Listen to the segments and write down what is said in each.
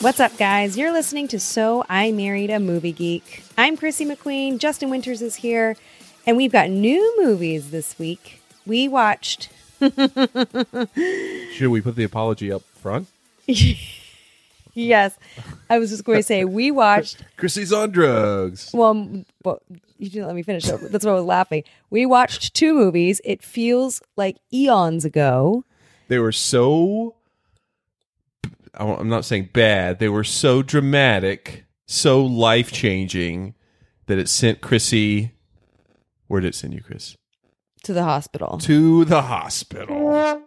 What's up, guys? You're listening to So I Married a Movie Geek. I'm Chrissy McQueen. Justin Winters is here, and we've got new movies this week. We watched Should we put the apology up front? Yes, I was just going to say we watched. Chrissy's on drugs. Well, m- well, you didn't let me finish. so That's what I was laughing. We watched two movies. It feels like eons ago. They were so. I won't- I'm not saying bad. They were so dramatic, so life changing that it sent Chrissy. Where did it send you, Chris? To the hospital. To the hospital.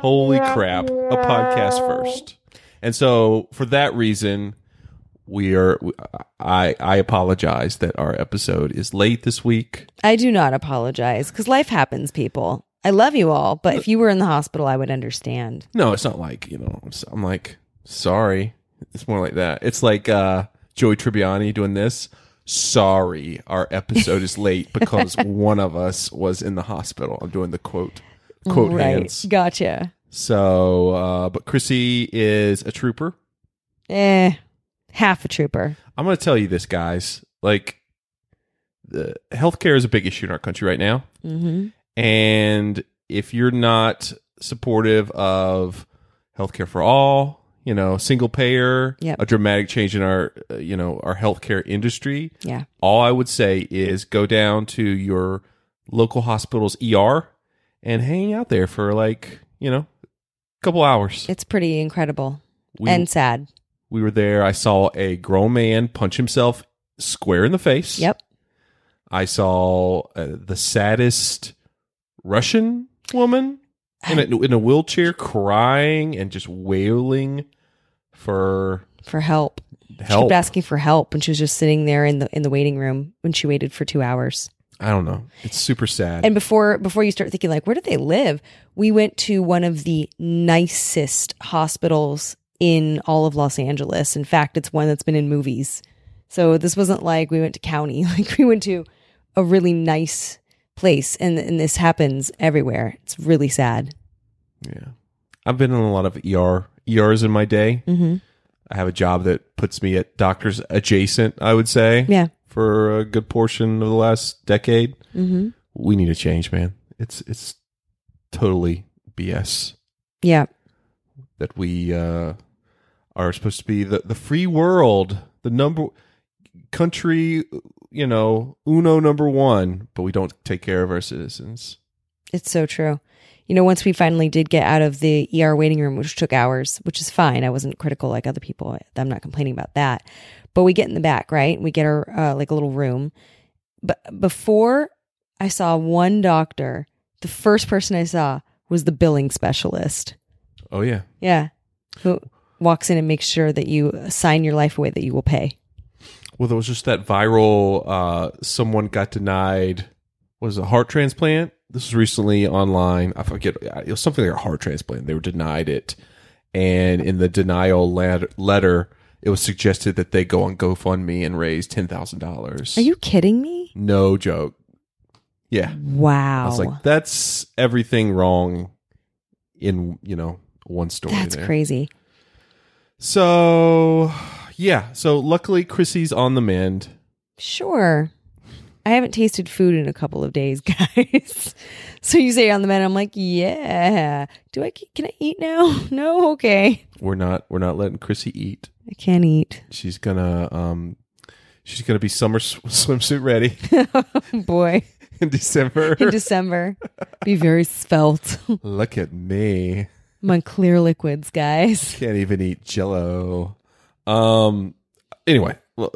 Holy crap. A podcast first. And so, for that reason, we are. I, I apologize that our episode is late this week. I do not apologize because life happens, people. I love you all, but if you were in the hospital, I would understand. No, it's not like you know. I'm, s am like sorry. It's more like that. It's like uh, Joey Tribbiani doing this. Sorry, our episode is late because one of us was in the hospital. I'm doing the quote quote right? hands. Gotcha. So, uh, but Chrissy is a trooper. Eh, half a trooper. I'm going to tell you this, guys. Like, the healthcare is a big issue in our country right now. Mm-hmm. And if you're not supportive of healthcare for all, you know, single payer, Yep. a dramatic change in our, uh, you know, our healthcare industry, Yeah. all I would say is go down to your local hospital's ER and hang out there for like, you know, a couple hours. It's pretty incredible We, and sad. we were there. I saw a grown man punch himself square in the face. Yep. I saw uh, the saddest Russian woman in a, in a wheelchair crying and just wailing for For help. She help. kept asking for help when she was just sitting there in the in the waiting room when she waited for two hours. I don't know. It's super sad. And before before you start thinking like where do they live, we went to one of the nicest hospitals in all of Los Angeles. In fact, it's one that's been in movies. So this wasn't like we went to county, like we went to a really nice place and and this happens everywhere. It's really sad. yeah. I've been in a lot of ER ERs in my day. Mhm. I have a job that puts me at doctors adjacent, I would say. Yeah. For a good portion of the last decade. Mhm. We need a change, man. It's it's totally BS. Yeah. that we uh, are supposed to be the, the free world, the number country, you know, uno number one, but we don't take care of our citizens. It's so true. You know, once we finally did get out of the ER waiting room, which took hours, which is fine. I wasn't critical like other people. I'm not complaining about that. But we get in the back, right? We get our uh, like a little room. But before I saw one doctor, the first person I saw was the billing specialist. Oh yeah, Yeah, who walks in and makes sure that you sign your life away that you will pay. well, there was just that viral. Uh, someone got denied was it, a heart transplant. This was recently online. I forget uh, it was something like a heart transplant. They were denied it, and in the denial letter, letter it was suggested that they go on GoFundMe and raise ten thousand dollars. Are you kidding me? No joke. Yeah. Wow, I was like, that's everything wrong in, you know, one story. that's there. crazy. So, yeah. So, luckily, Chrissy's on the mend. Sure. I haven't tasted food in a couple of days, guys. so you say on the menu, I'm like, yeah. Do I can I eat now? no, okay. We're not, we're not letting Chrissy eat. I can't eat. She's gonna, um, she's gonna be summer sw- swimsuit ready Oh, Boy, in December. in December, be very svelte. I'm Look at me. on clear liquids, guys. Can't even eat jello. Um, anyway, well,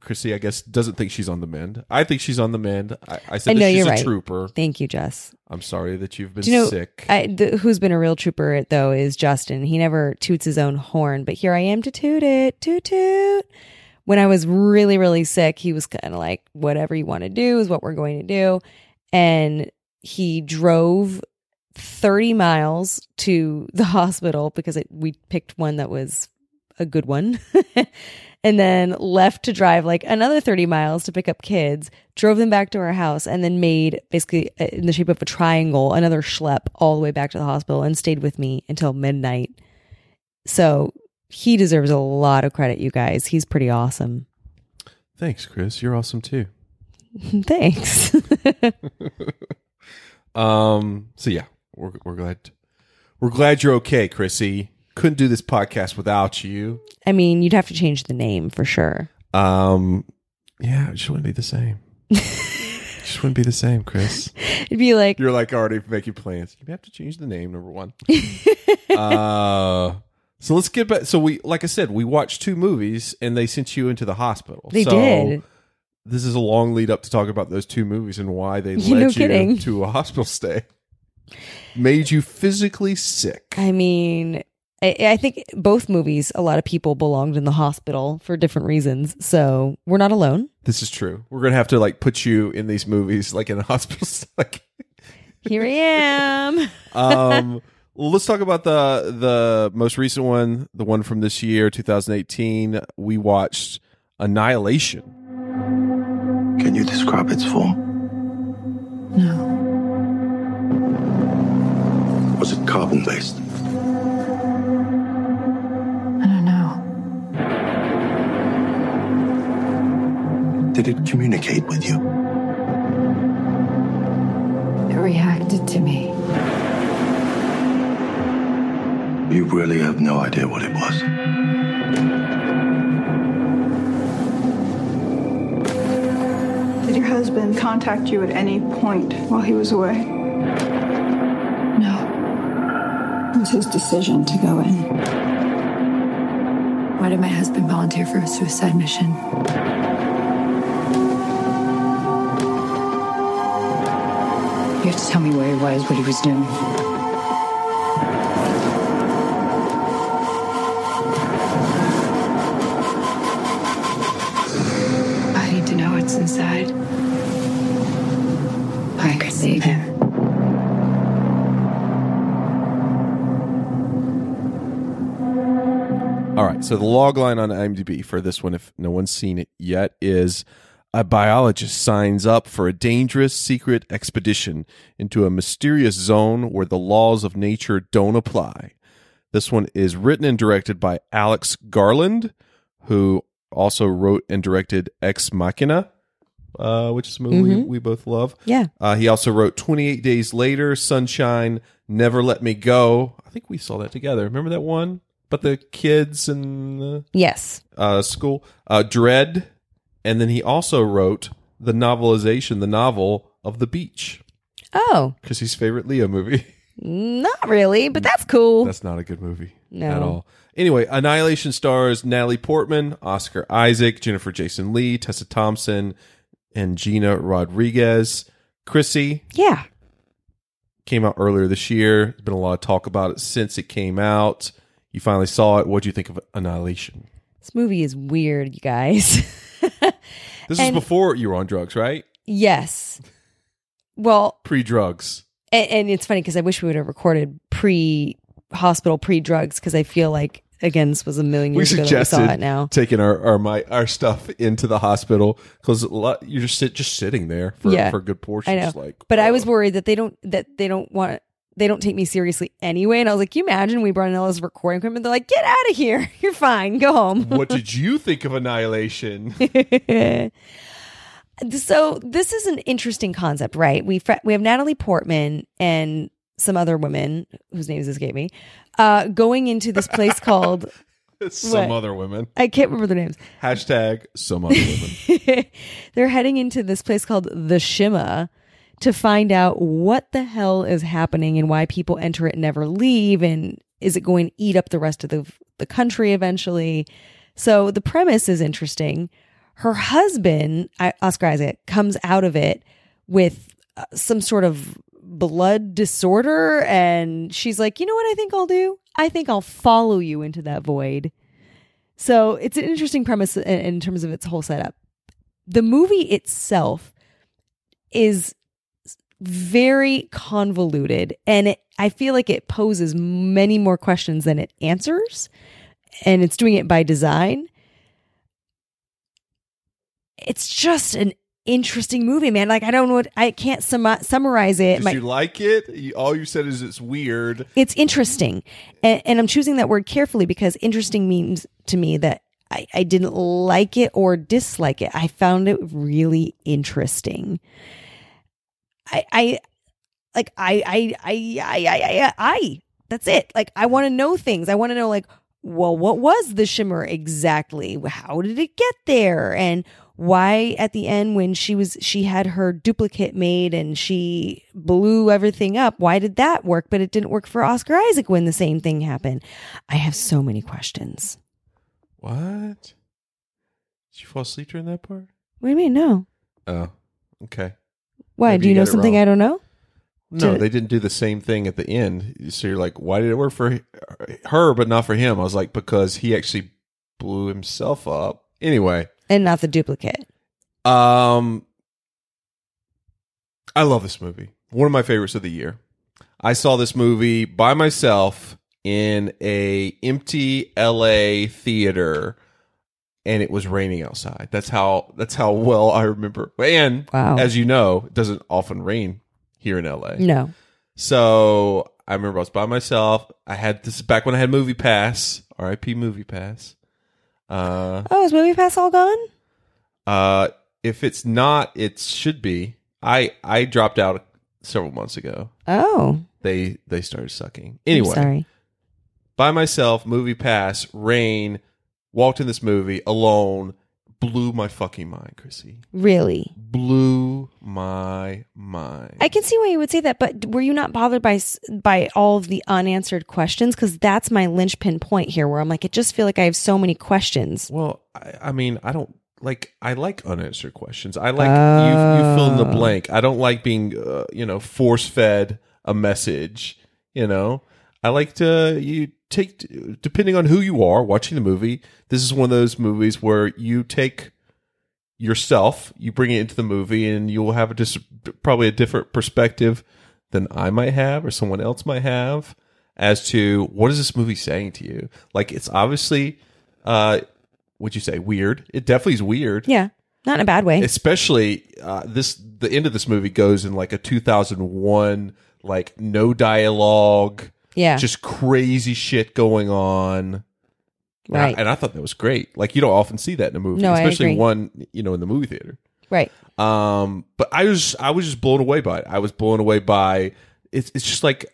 Chrissy, I guess, doesn't think she's on the mend. I think she's on the mend. I, I said I that know, she's you're a right. trooper. Thank you, Jess. I'm sorry that you've been Do you know- sick. I, the, who's been a real trooper though is Justin. He never toots his own horn, but here I am to toot it, toot toot. When I was really really sick, he was kind of like, "Whatever you want to do is what we're going to do," and he drove thirty miles to the hospital because it, we picked one that was a good one. And then left to drive like another 30 miles to pick up kids, drove them back to our house, and then made basically uh, in the shape of a triangle another schlep all the way back to the hospital and stayed with me until midnight. So he deserves a lot of credit, you guys. He's pretty awesome. Thanks, Chris. You're awesome too. Thanks. Um. So yeah, we're we're glad we're glad you're okay, Chrissy. Couldn't do this podcast without you. I mean, you'd have to change the name for sure. Um. Yeah, it just wouldn't be the same. It just wouldn't be the same, Chris. It'd be like, You're like already making plans. You have to change the name. Number one. uh. So let's get back. So we, like I said, we watched two movies, and they sent you into the hospital. They So did. This is a long lead up to talk about those two movies and why they No led kidding. you to a hospital stay. Made you physically sick. I mean, I, I think both movies, a lot of people belonged in the hospital for different reasons. So we're not alone. This is true. We're gonna have to like put you in these movies, like in a hospital. Like, Here I am. um, well, let's talk about the the most recent one, the one from this year, 2018. We watched Annihilation. Can you describe its form? No. Was it carbon based? I don't know. Did it communicate with you? It reacted to me. You really have no idea what it was. Did your husband contact you at any point while he was away? No. It was his decision to go in. Why did my husband volunteer for a suicide mission? You have to tell me where he was, what he was doing. I need to know what's inside. I could save him. All right, so the log line on IMDb for this one, if no one's seen it yet, is a biologist signs up for a dangerous secret expedition into a mysterious zone where the laws of nature don't apply. This one is written and directed by Alex Garland, who also wrote and directed Ex Machina, uh, which is a movie we, we both love. Yeah. Uh, he also wrote 28 Days Later, Sunshine, Never Let Me Go. I think we saw that together. Remember that one? But the kids and the Yes. uh, school. Uh, Dread. And then he also wrote the novelization, the novel of The Beach, Oh, Chrissy's favorite Leo movie. not really, but that's cool. That's not a good movie No. at all. Anyway, Annihilation stars Natalie Portman, Oscar Isaac, Jennifer Jason Lee, Tessa Thompson, and Gina Rodriguez. Chrissy, yeah. came out earlier this year. There's been a lot of talk about it since it came out. You finally saw it. What do you think of Annihilation? This movie is weird, you guys. This And- is before you were on drugs, right? yes. Well, Pre drugs. and, and it's funny because I wish we would have recorded pre hospital, pre drugs because I feel like, again, this was a million We years ago that we saw suggested it now. taking our our, my, our stuff into the hospital because you're just sit, just sitting there for, Yeah. for a good portion. I know. It's like, but I was uh, worried that they don't that they don't want they don't take me seriously anyway. And I was like, Can you imagine we brought in all this recording equipment? They're like, get out of here. You're fine. Go home. what did you think of Annihilation? so this is an interesting concept, right? We fr- we have Natalie Portman and some other women whose names escape me uh, going into this place called some What? other women. I can't remember the names. Hashtag some other women. They're heading into this place called the Shima to find out what the hell is happening and why people enter it and never leave and is it going to eat up the rest of the the country eventually. So the premise is interesting. Her husband, I- Oscar Isaac, comes out of it with uh, some sort of blood disorder. And she's like, you know what I think I'll do? I think I'll follow you into that void. So it's an interesting premise in, in terms of its whole setup. The movie itself is very convoluted and it, I feel like it poses many more questions than it answers and it's doing it by design. It's just an interesting movie, man. Like I don't know what I can't summa summarize it. Did My- you like it? You, all you said is it's weird. it's interesting and, and i'm choosing that word carefully because interesting means to me that I, I didn't like it or dislike it i found it really interesting i i like i i i i i i, I that's it like i want to know things i want to know like well what was the shimmer exactly how did it get there and why at the end when she was she had her duplicate made and she blew everything up why did that work but it didn't work for oscar isaac when the same thing happened i have so many questions What? Did you fall asleep during that part? what do you mean no Oh, okay. why Maybe do you you know got it something wrong. i don't know No, To- they didn't do the same thing at the end. So you're like, why did it work for her but not for him? I was like, because he actually blew himself up. Anyway, and not the duplicate um, I love this movie. One of my favorites of the year. I saw this movie by myself in a empty LA theater and it was raining outside. That's how that's how well I remember. And Wow. as you know, it doesn't often rain here in LA. no So I remember I was by myself. I had this is back when I had Movie Pass, RIP Movie Pass. Uh, oh is movie pass all gone uh, if it's not, it should be. I I dropped out several months ago. oh They they started I'm sucking. Anyway, sorry by myself, Movie Pass, rain, walked in this movie alone, blew my fucking mind, Chrissy. really Blew my mind. I can see why you would say that, but were you not bothered by s- by all of the unanswered questions? Because that's my linchpin point here, where I'm like, I just feel like I have so many questions. Well, I, I mean, I don't like. I like unanswered questions. I like you. You fill in the blank. I don't like being, uh, you know, force fed a message. You know, I like to you take depending on who you are watching the movie. This is one of those movies where you take yourself, you bring it into the movie, and you will have a dis- probably a different perspective than I might have or someone else might have as to what is this movie saying to you. Like it's obviously, uh, would you say weird? It definitely is weird. Yeah, not in a bad way. Especially uh, this, the end of this movie goes in like a 2001, like no dialogue, yeah, just crazy shit going on. And I- right, And I, thought that was great. Like you don't often see that in a movie, No, I especially agree. one you know in the movie theater. right. Um, but I was I was just blown away by it. I was blown away by it's it's just like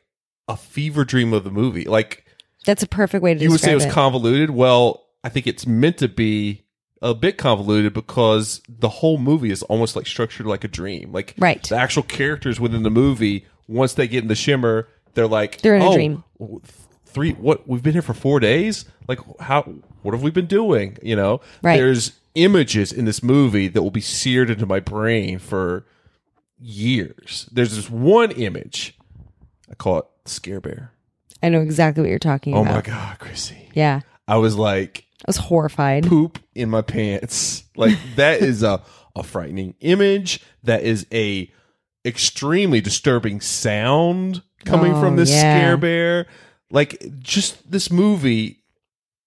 a fever dream of the movie. Like That's a perfect way to you would say it describe was convoluted. Well, I think it's meant to be a bit convoluted because the whole movie is almost like structured like a dream. Like Right. the actual characters within the movie, once they get in the shimmer, they're like They're in a "Oh, dream." w- th- Three what we've been here for four days. Like how what have we been doing? You know, Right. there's images in this movie that will be seared into my brain for years. There's this one image. I call it scare bear. I know exactly what you're talking Oh about. my god, Chrissy. Yeah, I was like I was horrified. poop in my pants. Like that is a a frightening image. That is a extremely disturbing sound coming Oh, from this yeah. scare bear. Like just this movie,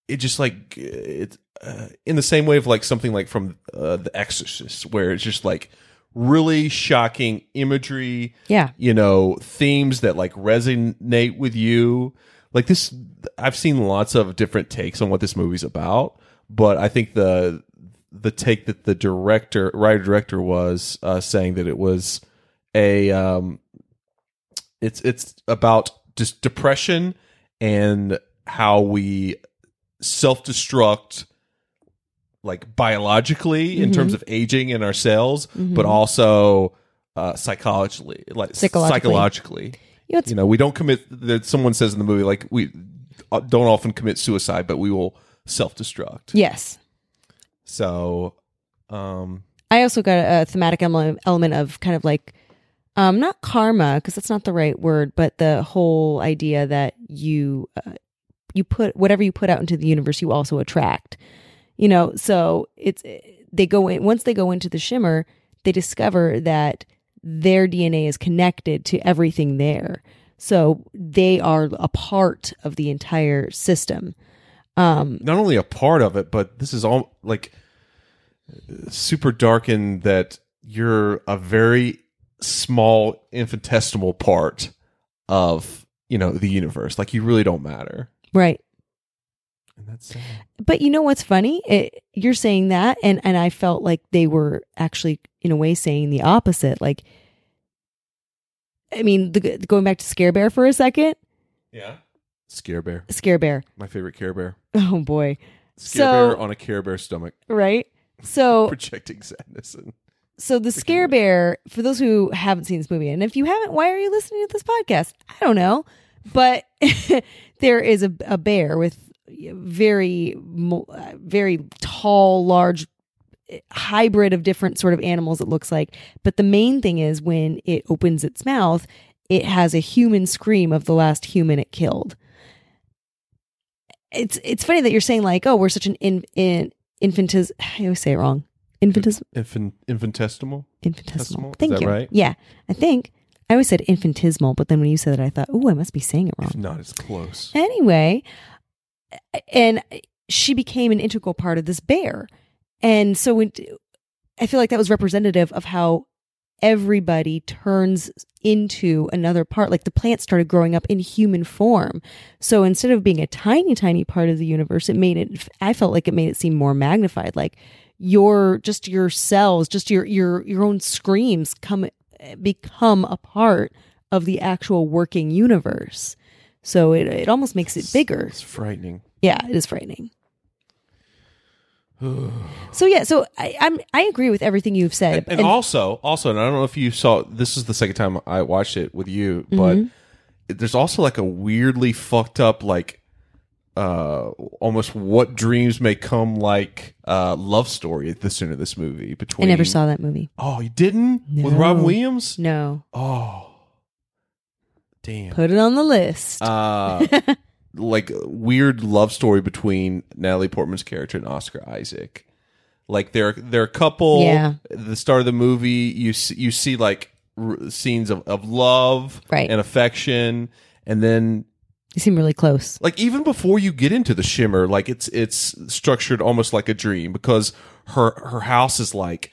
it just like it's uh, in the same way of like something like from uh, The Exorcist, where it's just like really shocking imagery Yeah, you know themes that like resonate with you like this i've seen lots of different takes on what this movie's about but i think the the take that the director writer director was uh, saying that it was a um it's it's about just depression and how we self-destruct like biologically Mm-hmm. in terms of aging in our cells but also uh psychologically like Psychologically. psychologically You know, it's- you know we don't commit that someone says in the movie like we uh, don't often commit suicide but we will self-destruct yes, so Um, I also got a thematic ele- element of kind of like, um, not karma because that's not the right word, but the whole idea that you uh, you put whatever you put out into the universe, you also attract. You know, so it's they go in once they go into the shimmer, they discover that their DNA is connected to everything there. So they are a part of the entire system. not only a part of it, but this is all like super dark in that you're a very small infinitesimal part of you know the universe. Like you really don't matter. Right. And that's uh, sad. But you know what's funny? It, you're saying that, and and I felt like they were actually, in a way, saying the opposite. Like, I mean, the, going back to Scare Bear for a second, yeah. Scare bear, Scare Bear. my favorite Care Bear. Oh boy, Scare So- Oh. bear on a Care Bear stomach, right? So, projecting sadness. And so the Scare Bear. For those who haven't seen this movie, and if you haven't, why are you listening to this podcast? I don't know, but there is a a bear with very mo- uh, very tall, large hybrid of different sort of animals it looks like but the main thing is when it opens its mouth it has a human scream of the last human it killed it's it's funny that you're saying like oh we're such an in, in infantis i always say it wrong infantis Infin- infinitesimal. infinitesimal Is thank that you right? yeah i think i always said infinitesimal but then when you said that i thought oh i must be saying it wrong If not, it's close. Anyway, and she became an integral part of this bear. And so when, I feel like that was representative of how everybody turns into another part. Like the plant started growing up in human form. So instead of being a tiny, tiny part of the universe, it made it, I felt like it made it seem more magnified. Like your, just your cells, just your, your, your own screams come, become a part of the actual working universe. So it, it almost makes it bigger. It's frightening. Yeah, it is frightening. so yeah, so I, I'm I agree with everything you've said. and, also also and i don't know if you saw this is the second time i watched it with you but it- there's also like a weirdly fucked up like uh almost what dreams may come like uh love story at the center of this movie I between never saw that movie. oh you didn't with robin williams No, oh damn put it on the list. uh like weird love story between Natalie Portman's character and Oscar Isaac. Like they're they're a couple. Yeah. At the start of the movie, you see, you see like r- scenes of of love Right. and affection, and then you seem really close. like even before you get into the shimmer, like it's it's structured almost like a dream because her her house is like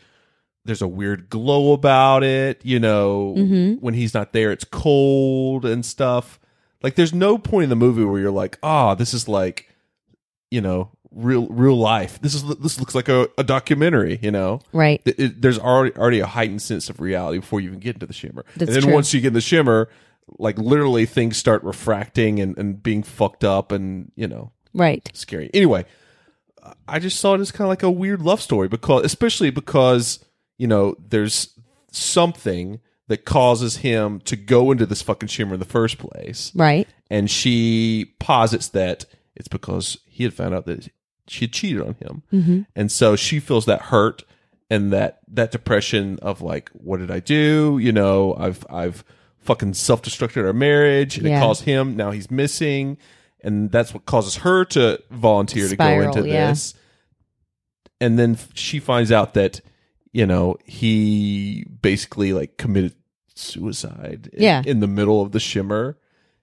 there's a weird glow about it, you know, when he's not there it's cold and stuff. Like there's no point in the movie where you're like, "Ah, this is like, you know, real real life. This is this looks like a, a documentary, you know." Right. Th- it- there's already already a heightened sense of reality before you even get into the shimmer. That's and then true. once you get in the shimmer, like literally things start refracting and, and being fucked up and you know Right. scary. Anyway, I just saw it as kind of like a weird love story because, especially because you know there's something that causes him to go into this fucking shimmer in the first place, Right. and she posits that it's because he had found out that she had cheated on him Mm-hmm. and so she feels that hurt and that that depression of like what did i do you know i've i've fucking self-destructed our marriage and Yeah. it caused him now he's missing and that's what causes her to volunteer Spiral, to go into yeah. this and then f- she finds out that you know he basically like committed suicide in- Yeah. in, the middle of the shimmer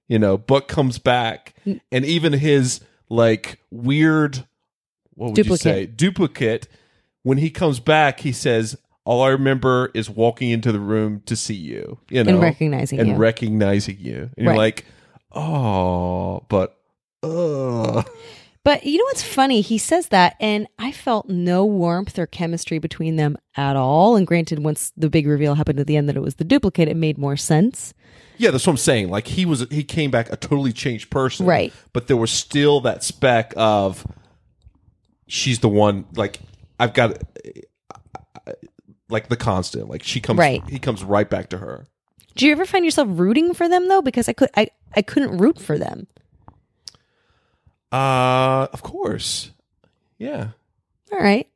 you know but comes back Mm. and even his like weird what would Duplicate. you say duplicate when he comes back he says all i remember is walking into the room to see you you know recognizing and you. recognizing you and you're Right. like oh but uh But you know what's funny? He says that, and I felt no warmth or chemistry between them at all. And granted, once the big reveal happened at the end that it was the duplicate, it made more sense. Yeah, that's what I'm saying. Like he was, he came back a totally changed person, Right. But there was still that speck of she's the one. Like I've got, like the constant. Like she comes, Right. He comes right back to her. Do you ever find yourself rooting for them though? Because I could, I, I couldn't root for them. Uh, of course. Yeah, All right.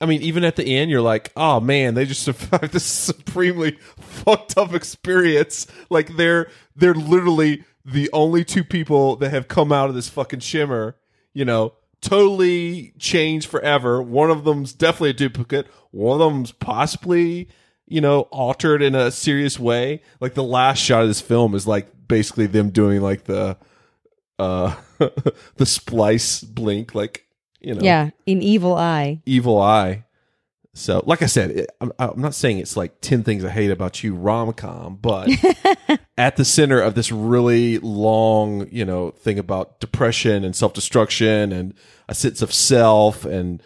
I mean, even at the end, you're like, oh man, they just survived this supremely fucked up experience. Like they're they're literally the only two people that have come out of this fucking shimmer. You know, totally changed forever. One of them's definitely a duplicate. One of them's possibly you know altered in a serious way. Like the last shot of this film is like basically them doing like the uh the splice blink, like you know, Yeah, in Evil Eye. evil eye. So, like I said, it, I'm, I'm not saying it's like 10 things I hate about you rom com, but at the center of this really long, you know, thing about depression and self destruction and a sense of self and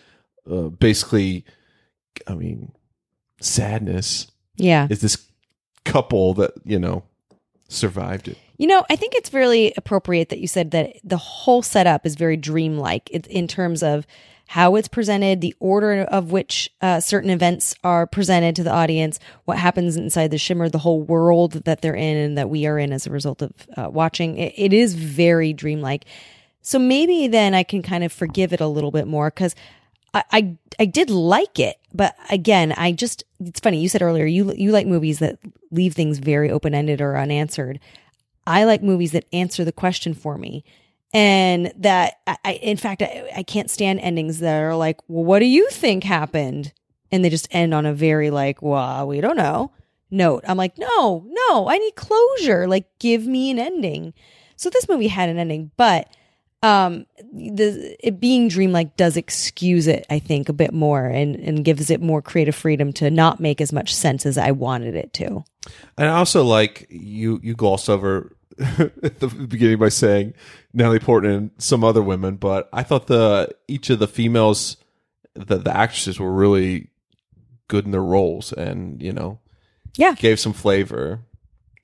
uh, basically, I mean, sadness Yeah. is this couple that, you know, survived it. You know, I think it's really appropriate that you said that the whole setup is very dreamlike it, in terms of how it's presented, the order of which uh, certain events are presented to the audience, what happens inside the shimmer, the whole world that they're in and that we are in as a result of uh, watching. It, it is very dreamlike. So maybe then I can kind of forgive it a little bit more because I, I I did like it, but again, I just it's funny. You said earlier you you like movies that leave things very open ended or unanswered. I like movies that answer the question for me, and that I, I in fact I, I can't stand endings that are like, well, what do you think happened? And they just end on a very like, well, we don't know note. I'm like, no, no, I need closure. Like, give me an ending. So this movie had an ending, but um the it being dreamlike does excuse it i think a bit more and and gives it more creative freedom to not make as much sense as i wanted it to And I also like you you glossed over at the beginning by saying Natalie Portman and some other women, but I thought the each of the females the the actresses were really good in their roles and, you know, Yeah. Gave some flavor.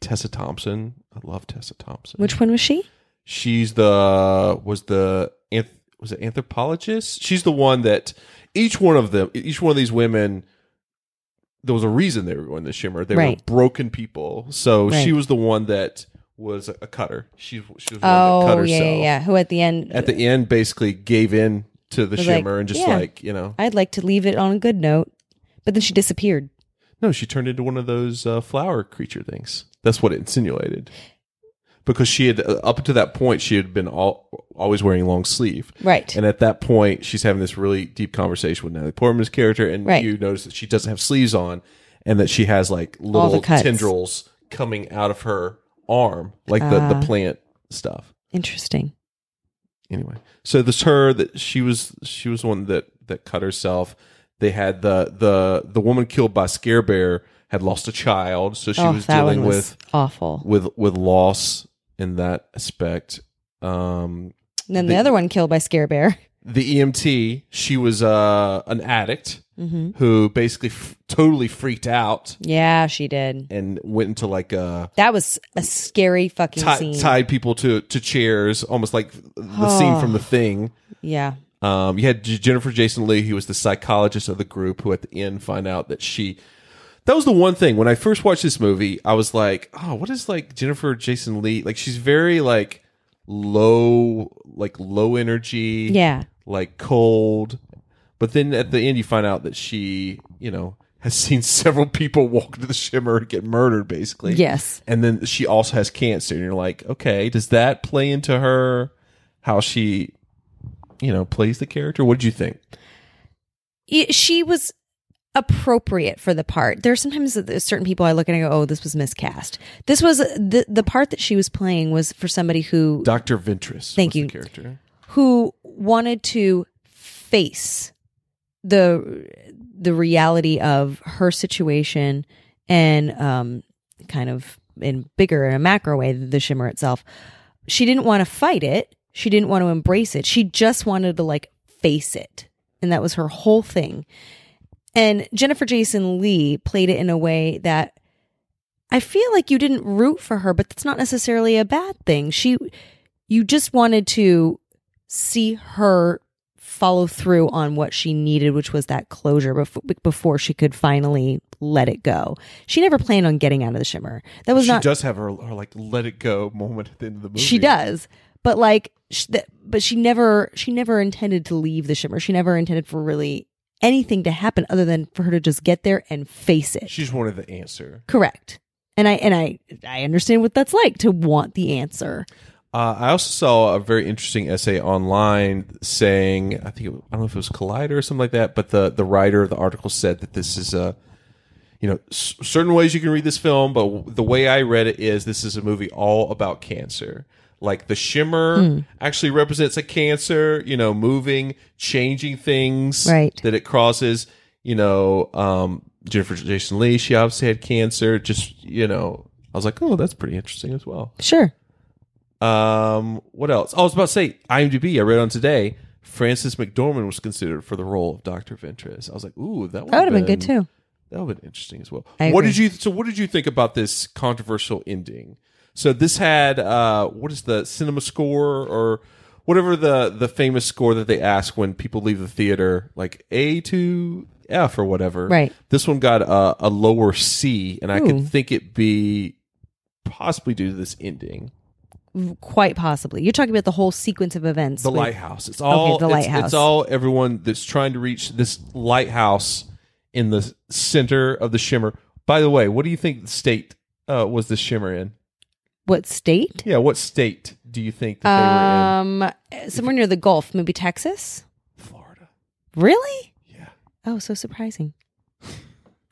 Tessa Thompson. I love Tessa Thompson. which one was she She's the was the anth- was it anthropologist? She's the one that each one of them, each one of these women, there was a reason they were in the shimmer. They Right. were broken people, so she Right. was the one that was a cutter. She she was the one that cut oh yeah, herself yeah yeah who at the end at the end, basically gave in to the Was like, shimmer and just yeah. like you know, i'd like to leave it on a good note but then she disappeared no, she turned into one of those uh, flower creature things. That's what it insinuated. Because she had uh, up to that point, she had been all, always wearing long sleeve, right And at that point, she's having this really deep conversation with Natalie Portman's character, and Right. you notice that she doesn't have sleeves on, and that she has like the little cuts. tendrils coming out of her arm, like the, Ah. the plant stuff. interesting Anyway, so this her that she was she was the one that that cut herself. They had the the the woman killed by scare bear had lost a child, so she oh was that dealing one was with awful with with loss in that aspect. Um, and then the, other one killed by scare bear the EMT, she was uh, an addict Mm-hmm. who basically f- totally freaked out yeah she did and went into like a that was a scary fucking ti- scene tied people to to chairs, almost like the Oh. scene from The Thing. yeah Um, you had J- Jennifer Jason Lee, who was the psychologist of the group, who at the end find out that she. That was the one thing when I first watched this movie, I was like, "Oh, what is like Jennifer Jason Lee? Like she's very like low, like low energy, Yeah. like cold." But then at the end, you find out that she, you know, has seen several people walk into the shimmer and get murdered, basically. Yes. And then she also has cancer, and you're like, okay, does that play into her how she you know, plays the character. What did you think? it, she was appropriate for the part. There are sometimes that there's certain people I look at and I go, "Oh, this was miscast." This was the the part that she was playing was for somebody who Doctor Ventress. Thank was the you. character. who wanted to face the the reality of her situation and um kind of in bigger in a macro way the shimmer itself she didn't want to fight it she didn't want to embrace it she just wanted to like face it and that was her whole thing and Jennifer Jason Lee played it in a way that I feel like you didn't root for her, but that's not necessarily a bad thing. She, you just wanted to see her follow through on what she needed, which was that closure before, before she could finally let it go. She never planned on getting out of the shimmer. That was She not does have her, her like let it go moment at the end of the movie. she does, but like, sh th- but she never she never intended to leave the shimmer. She never intended for really anything to happen other than for her to just get there and face it. She just wanted the answer. Correct. And I and I I understand what that's like to want the answer. Uh, I also saw a very interesting essay online saying, I think it, I don't know if it was Collider or something like that, but the the writer of the article said that this is a, you know, s- certain ways you can read this film, but w- the way I read it is this is a movie all about cancer. Like the shimmer actually represents a cancer, you know, moving, changing things Right. that it causes. You know, um, Jennifer Jason Lee, she obviously had cancer. Just you know, I was like, oh, that's pretty interesting as well. Sure. Um, what else? I was about to say IMDb. I read on today. Francis McDormand was considered for the role of Doctor Ventress. I was like, ooh, that, That would have been good too. That would have been interesting as well. I what agree. did you? So, what did you think about this controversial ending? So, this had uh, what is the cinema score or whatever the the famous score that they ask when people leave the theater, like A to F or whatever. Right. This one got a, a lower C, and I Ooh. could think it be possibly due to this ending. Quite possibly. You're talking about the whole sequence of events. The with- lighthouse. It's all Okay, the it's- It's, lighthouse. all everyone that's trying to reach this lighthouse in the center of the shimmer. By the way, what do you think the state uh, was the shimmer in? What state? Yeah, what state do you think that they Um somewhere near the Gulf, maybe Texas? were in? Florida. Really? Yeah. Oh, so surprising.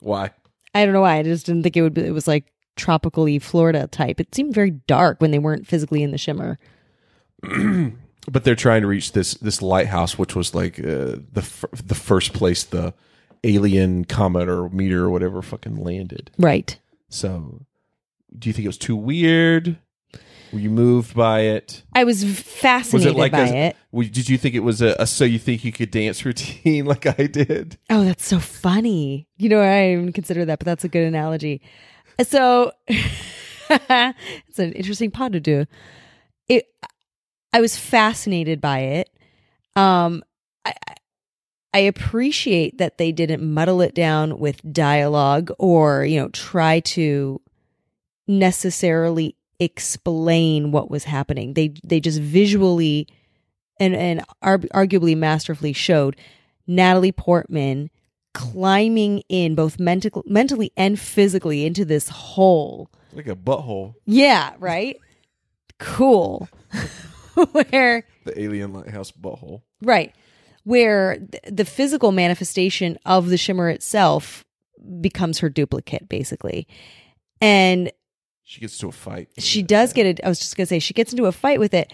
Why? I don't know why. I just didn't think it would be it was like tropically Florida type. It seemed very dark when they weren't physically in the shimmer. But they're trying to reach this this lighthouse, which was like uh, the fir- the first place the alien comet or meteor or whatever fucking landed. Right. So, do you think it was too weird? Were you moved by it? I was fascinated by a, it. w- Did you think it was a, a so you think you could dance routine like I did? Oh, that's so funny. You know, I didn't even consider that, but that's a good analogy. So it's an interesting pod to do. It, I was fascinated by it. Um, I, I- I appreciate that they didn't muddle it down with dialogue or you know try to necessarily explain what was happening. They they just visually and and ar- arguably masterfully showed Natalie Portman climbing in both mental, mentally and physically into this hole. Like a butthole, Yeah, right? cool. Where the alien lighthouse butthole. Right. Where th- the physical manifestation of the shimmer itself becomes her duplicate, basically. And She gets to a fight. she does get it. I was just going to say, she gets into a fight with it.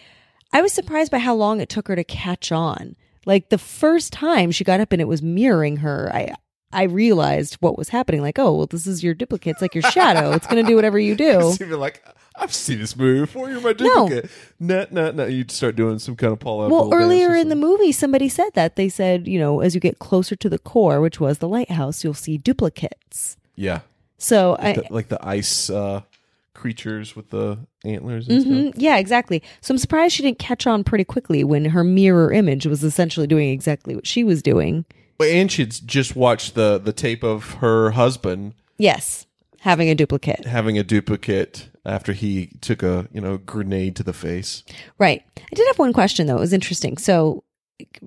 I was surprised by how long it took her to catch on. Like the first time she got up and it was mirroring her, I I realized what was happening. Like, oh, well, this is your duplicate. It's like your shadow. It's going to do whatever you do. It's even like I've seen this movie before. You're my duplicate. No, no, no. You'd start doing some kind of Paul. Well, earlier in the movie, somebody said that. They said, you know, as you get closer to the core, which was the lighthouse, you'll see duplicates. yeah, So I, The- like the ice uh, creatures with the antlers and Mhm. stuff. yeah, exactly. So I'm surprised she didn't catch on pretty quickly when her mirror image was essentially doing exactly what she was doing. But and she'd just watched the the tape of her husband Yes, having a duplicate. having a duplicate after he took a you know grenade to the face. Right. I did have one question though. It was interesting. So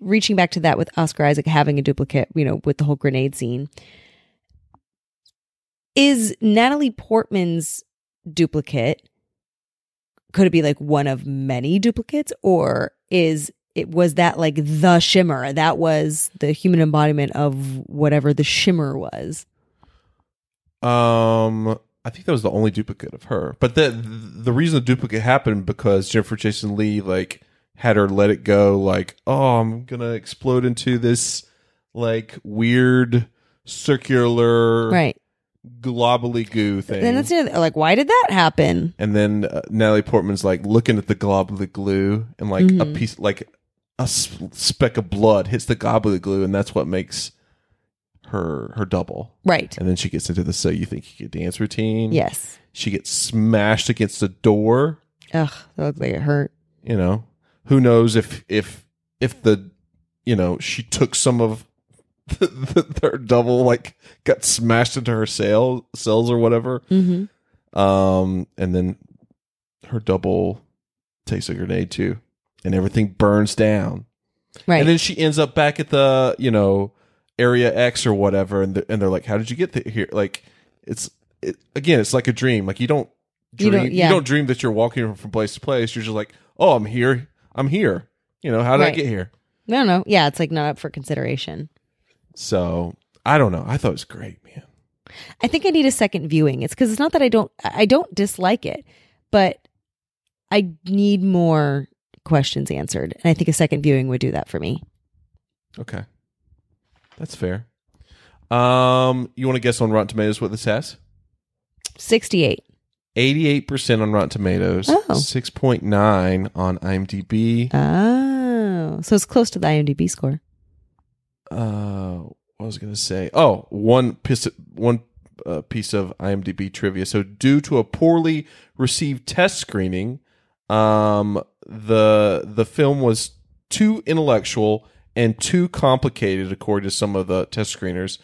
reaching back to that with Oscar Isaac having a duplicate, you know, with the whole grenade scene. Is Natalie Portman's duplicate could it be like one of many duplicates or is it was that like the shimmer that was the human embodiment of whatever the shimmer was Um, I think that was the only duplicate of her. But the the reason the duplicate happened because Jennifer Jason Lee like had her let it go, like, oh, I'm gonna explode into this like weird circular right globally goo thing. then that's the other, like why did that happen and then uh, Natalie Portman's like looking at the globally glue and like a Mm-hmm. piece like a sp- speck of blood hits the globally glue and that's what makes her her double. right And then she gets into the so you think you could dance routine. yes She gets smashed against the door. ugh that looked like it hurt You know, who knows if if if the you know she took some of the, the, her double like got smashed into her cell, cells or whatever. mm-hmm Um, and then her double takes a grenade too, and everything burns down. right And then she ends up back at the you know area X or whatever, and they're, and they're like, "How did you get th- here?" Like, it's it, again, it's like a dream. Like you don't You dream, don't- you don't, yeah. dream that you're walking from place to place. You're just like, "Oh, I'm here. I'm here." You know, how did Right. I get here? No, no. Yeah, it's like not up for consideration. So I don't know. I thought it was great, man. I think I need a second viewing. It's because it's not that I don't I don't dislike it, but I need more questions answered, and I think a second viewing would do that for me. Okay, that's fair. Um, you want to guess on Rotten Tomatoes what this has? Sixty-eight. 88% on Rotten Tomatoes, Oh. 6.9 on IMDb. Oh, so it's close to the IMDb score. uh what was I gonna say? Oh, one piece one uh, piece of IMDb trivia. So, due to a poorly received test screening, um, the the film was too intellectual and too complicated, according to some of the test screeners.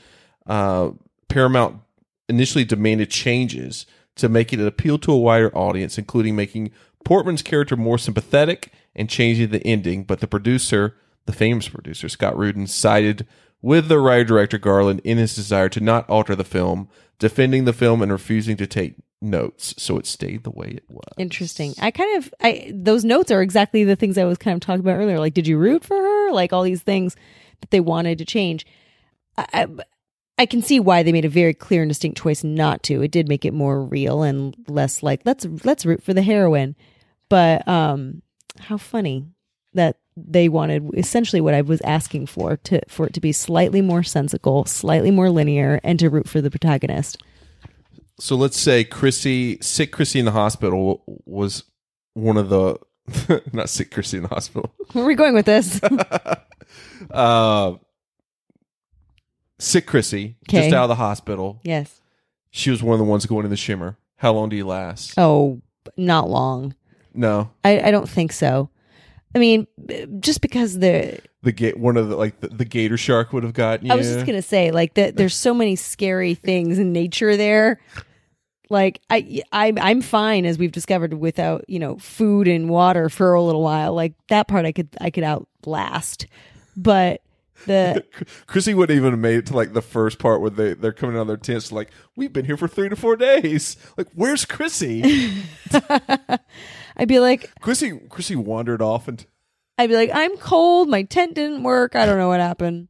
Uh, Paramount initially demanded changes to make it appeal to a wider audience, including making Portman's character more sympathetic and changing the ending. But the producer, the famous producer Scott Rudin, sided with the writer director Garland in his desire to not alter the film, defending the film and refusing to take notes, so it stayed the way it was. Interesting. I kind of I those notes are exactly the things I was kind of talking about earlier. Like, did you root for her? Like all these things that they wanted to change. I, I, I can see why they made a very clear and distinct choice not to. It did make it more real and less like let's let's root for the heroine. But um, how funny that they wanted essentially what I was asking for to for it to be slightly more sensical, slightly more linear, and to root for the protagonist. so let's say Chrissy, sick Chrissy in the hospital was one of the not sick Chrissy in the hospital. Where are we going with this? Uh, sick Chrissy, Okay. just out of the hospital. yes. She was one of the ones going to the shimmer. How long do you last? Oh, not long. No, I, I don't think so. I mean, b- just because the the gate. One of the like the, the gator shark would have gotten you. I was just gonna say like that. There's so many scary things in nature there. Like I, I, I'm fine as we've discovered without you know food and water for a little while. Like that part I could I could outlast, but the Chrissy wouldn't even have made it to like the first part where they they're coming out of their tents. Like we've been here for three to four days. Like where's Chrissy? I'd be like Chrissy Chrissy wandered off and. I'd be like I'm cold. My tent didn't work. I don't know what happened.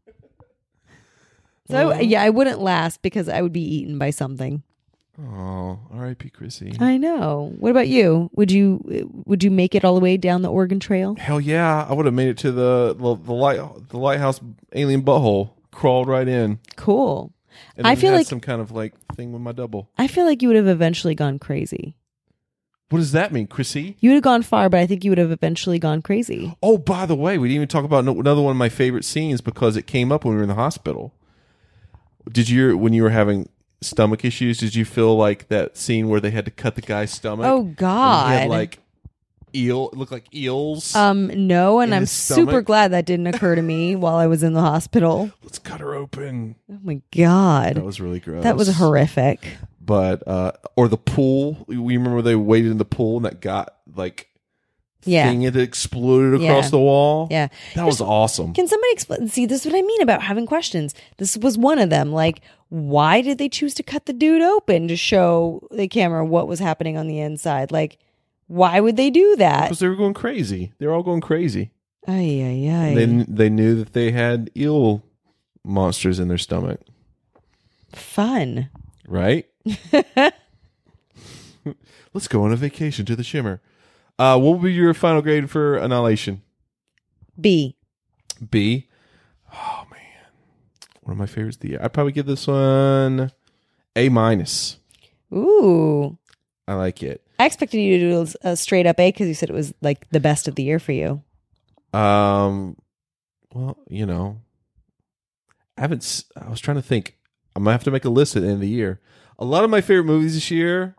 So yeah, I wouldn't last because I would be eaten by something. Oh, R.I.P. Chrissy. I know. What about you? Would you would you make it all the way down the Oregon Trail? Hell yeah, I would have made it to the the, the light the lighthouse alien butthole. Crawled right in. Cool. And I then feel had like some kind of like thing with my double. I feel like you would have eventually gone crazy. What does that mean, Chrissy? You would have gone far, but I think you would have eventually gone crazy. Oh, by the way, we didn't even talk about no- another one of my favorite scenes because it came up when we were in the hospital. Did you when you were having stomach issues? Did you feel like that scene where they had to cut the guy's stomach? Oh, And he God. had like eel, it looked like eels. Um, no, and In I'm his super stomach? glad that didn't occur to me while I was in the hospital. Let's cut her open. Oh my god. That was really gross. That was horrific. But uh, or the pool. We remember they waited in the pool and that got like Yeah. thing that exploded across Yeah. the wall. Yeah. that was awesome. Can somebody explain? See, this is what I mean about having questions. This was one of them. Like, why did they choose to cut the dude open to show the camera what was happening on the inside? Like, why would they do that? because they were going crazy. They were all going crazy. Ay, ay, ay. They they knew that they had eel monsters in their stomach, Fun. right? Let's go on a vacation to the Shimmer. Uh, what would be your final grade for Annihilation? B. B. Oh man, one of my favorites of the year. I probably give this one A minus. Ooh. I like it. I expected you to do a straight up A because you said it was like the best of the year for you. Um, well, you know, I haven't. s- I was trying to think. I'm gonna have to make a list at the end of the year. A lot of my favorite movies this year.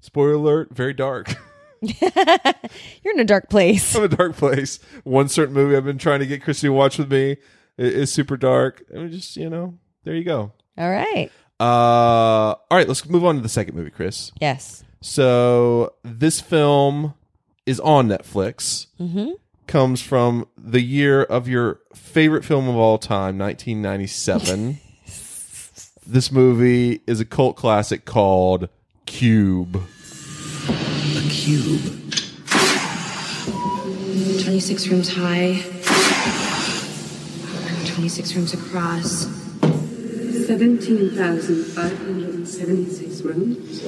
Spoiler alert: very dark. You're in a dark place. I'm in a dark place. One certain movie I've been trying to get Christy to watch with me i- is super dark. And just you know, there you go. All right. Uh, all right, let's move on to the second movie, Chris. Yes. So this film is on Netflix. Mm-hmm. comes from the year of your favorite film of all time, 1997. this movie is a cult classic called Cube. A cube. 26 rooms high, 26 rooms across. 17,576 rooms.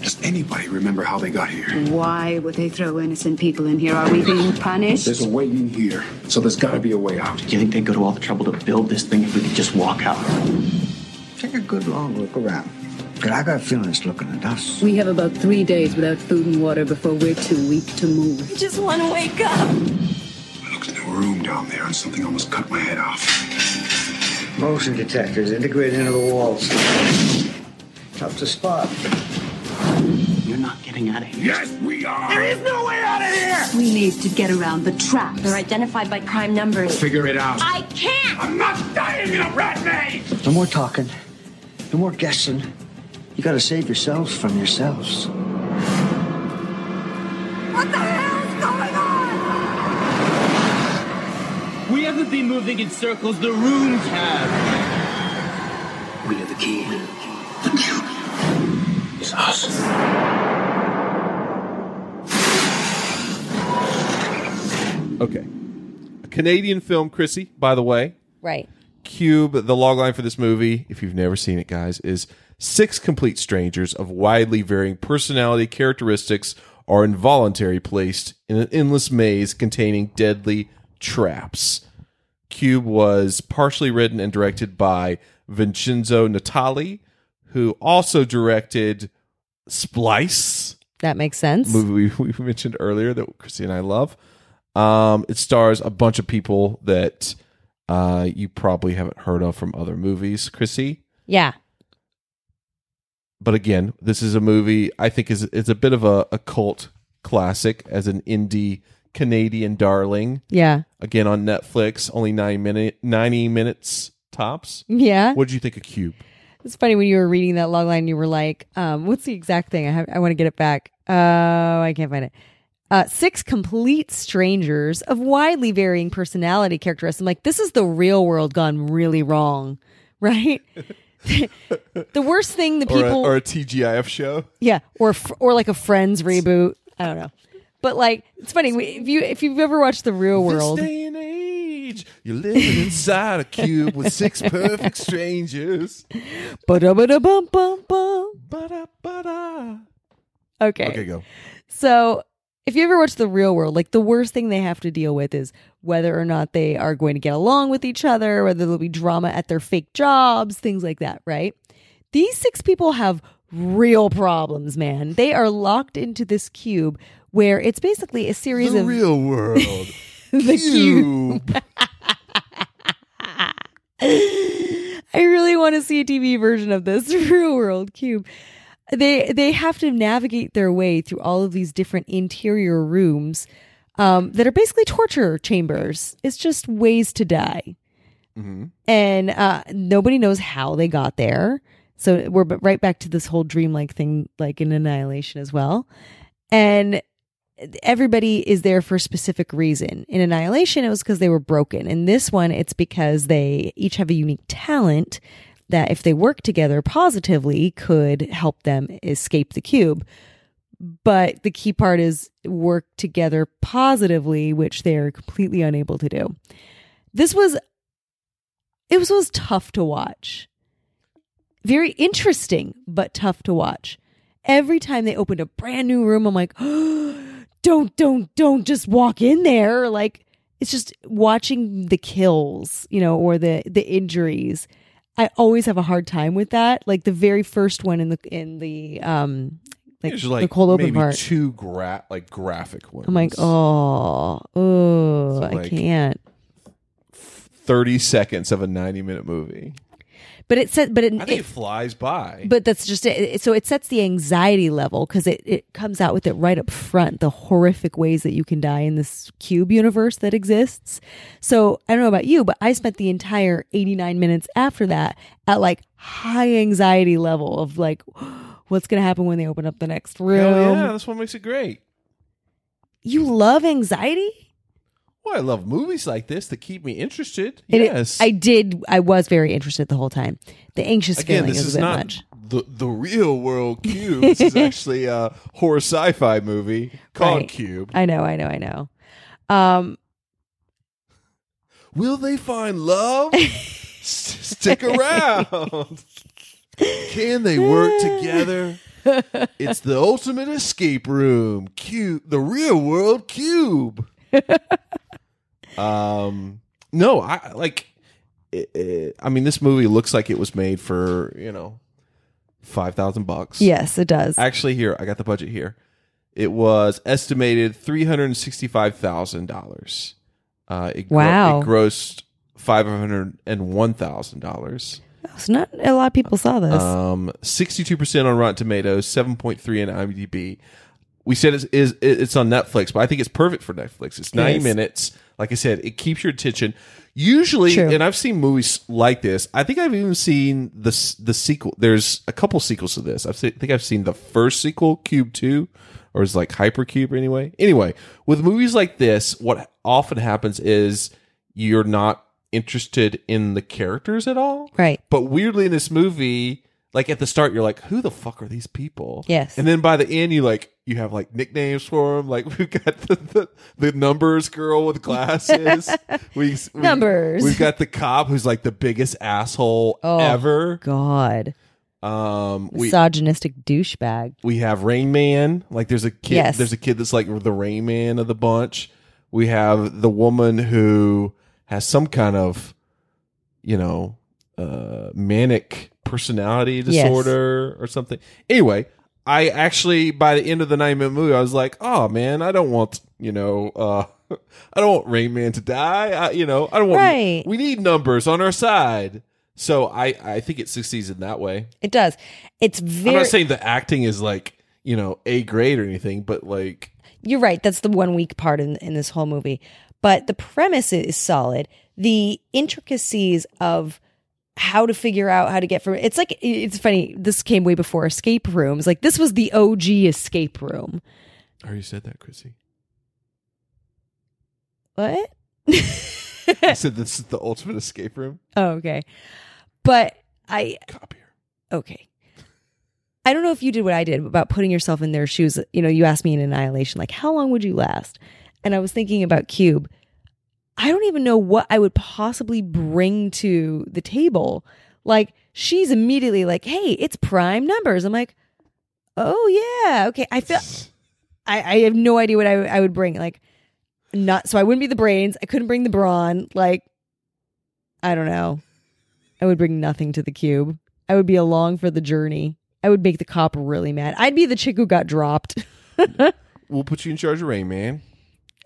Does anybody remember how they got here? Why would they throw innocent people in here? Are we being punished? There's a way in here, so there's got to be a way out. Do you think they'd go to all the trouble to build this thing if we could just walk out? Take a good long look around. But I got a feeling it's looking at us. We have about three days without food and water before we're too weak to move. I just want to wake up. I looked into a room down there, and something almost cut my head off. Motion detectors integrated into the walls. Tough to spot. You're not getting out of here. Yes, we are. There is no way out of here. We need to get around the traps. They're identified by prime numbers. Figure it out. I can't! I'm not dying in a rat maze. No more talking. No more guessing. You gotta save yourselves from yourselves. What the hell is going on? We haven't been moving in circles, the rooms have. We have the key. The cube is us. Okay. A Canadian film, Chrissy, by the way. Right. Cube, the logline for this movie, if you've never seen it, guys, is six complete strangers of widely varying personality characteristics are involuntarily placed in an endless maze containing deadly traps. Cube was partially written and directed by Vincenzo Natali, who also directed Splice That makes sense. movie we, we mentioned earlier that Christy and I love. Um, it stars a bunch of people that uh, you probably haven't heard of from other movies, Chrissy. Yeah. But again, this is a movie I think is it's a bit of a, a cult classic as an indie Canadian darling. Yeah. Again on Netflix, only nine minute ninety minutes tops. Yeah. What did you think of Cube? It's funny when you were reading that log line, you were like, um, what's the exact thing? I have, I want to get it back. Oh, I can't find it. Uh, six complete strangers of widely varying personality characteristics. I'm like, this is the real world gone really wrong, right? the worst thing the Or a, people or a TGIF show. yeah, or f- or like a Friends reboot. I don't know, but like it's funny we- if you if you've ever watched the Real World, This day and age, you're living inside a cube with six perfect strangers. Ba-da-ba-da-bum-bum-bum. Ba-da, ba-da. okay, Okay, go. So if you ever watch The Real World, like the worst thing they have to deal with is whether or not they are going to get along with each other, whether there'll be drama at their fake jobs, things like that, right? These six people have real problems, man. They are locked into this cube where it's basically a series The of real world. the Cube. I really want to see a TV version of this real world cube. They they have to navigate their way through all of these different interior rooms um, that are basically torture chambers. It's just ways to die, and uh, nobody knows how they got there. So we're b- right back to this whole dreamlike thing, like in Annihilation as well, and everybody is there for a specific reason. In Annihilation, it was because they were broken. In this one, it's because they each have a unique talent that, if they work together positively, could help them escape the cube. But the key part is work together positively, which they are completely unable to do. This was, it was, was tough to watch. Very interesting, but tough to watch. Every time they opened a brand new room, I'm like, don't don't don't just walk in there like it's just watching the kills you know or the the injuries i always have a hard time with that like the very first one in the in the um like, There's the like cold open maybe part two gra- like graphic ones. i'm like oh oh i like- can't thirty seconds of a ninety minute movie. but it said but it, I think it, it- flies by. but that's just it. It- so it sets the anxiety level because it, it comes out with it right up front the horrific ways that you can die in this cube universe that exists so i don't know about you but i spent the entire 89 minutes after that at like high anxiety level of like what's going to happen when they open up the next Hell room. yeah, that's what makes it great. You love anxiety? Well, I love movies like this that keep me interested. And it- yes, I did. I was very interested the whole time. The anxious Again, feeling this is, is a bit not much. the the real world Cube. this is actually a horror sci-fi movie called Right. Cube. I know, I know, I know. Um, Will they find love? S- Stick around. Can they work together? It's the ultimate escape room. Cube, the real world cube. um, no, I like. i i I mean, this movie looks like it was made for you know five thousand bucks. yes, it does. Actually, here I got the budget here. It was estimated three hundred sixty-five thousand uh, dollars. Uh, It gro- Wow. it grossed five hundred and one thousand dollars. It's not a lot of people saw this. Um, sixty-two percent on Rotten Tomatoes, seven point three on IMDb. We said it's is it- it's on Netflix, but I think it's perfect for Netflix. It's It ninety is. minutes. Like I said, it keeps your attention. Usually, True. and I've seen movies like this. I think I've even seen the s- the sequel. There's a couple sequels to this. I've se- I think I've seen the first sequel, Cube Two, or is like Hypercube anyway. Anyway, with movies like this, what often happens is you're not interested in the characters at all. Right. But weirdly, in this movie, like at the start, you're like, "Who the fuck are these people?" Yes. And then by the end, you like you have like nicknames for them. Like we've got the the, the numbers girl with glasses. we, we Numbers. We've got the cop who's like the biggest asshole Oh, ever. God. Um. We Misogynistic douchebag. we have Rain Man. Like there's a kid. Yes. There's a kid that's like the Rain Man of the bunch. We have the woman who has some kind of, you know, uh, manic personality Yes. disorder or something. Anyway, I actually by the end of the nine minute movie, I was like, oh man, I don't want you know. uh I don't want Rain Man to die. I, you know, I don't want. Right. We need numbers on our side. So I, I think it succeeds in that way. It does. It's very. I'm not saying the acting is like you know a grade or anything, but like You're right. That's the one weak part in, in this whole movie. But the premise i- is solid. The intricacies of how to figure out how to get from it's like i- it's funny. This came way before escape rooms. Like this was the OG escape room. I already said that, Chrissy. What? I said this is the ultimate escape room. Oh, okay. But I copier. Okay. I don't know if you did what I did about putting yourself in their shoes. You know, you asked me in Annihilation, like, how long would you last? And I was thinking about Cube. I don't even know what I would possibly bring to the table. Like, she's immediately like, hey, it's prime numbers. I'm like, oh, yeah. Okay. I feel, I, I have no idea what I, I would bring. Like, not, so I wouldn't be the brains. I couldn't bring the brawn. Like, I don't know. I would bring nothing to the cube. I would be along for the journey. I would make the cop really mad. I'd be the chick who got dropped. We'll put you in charge of Rain Man.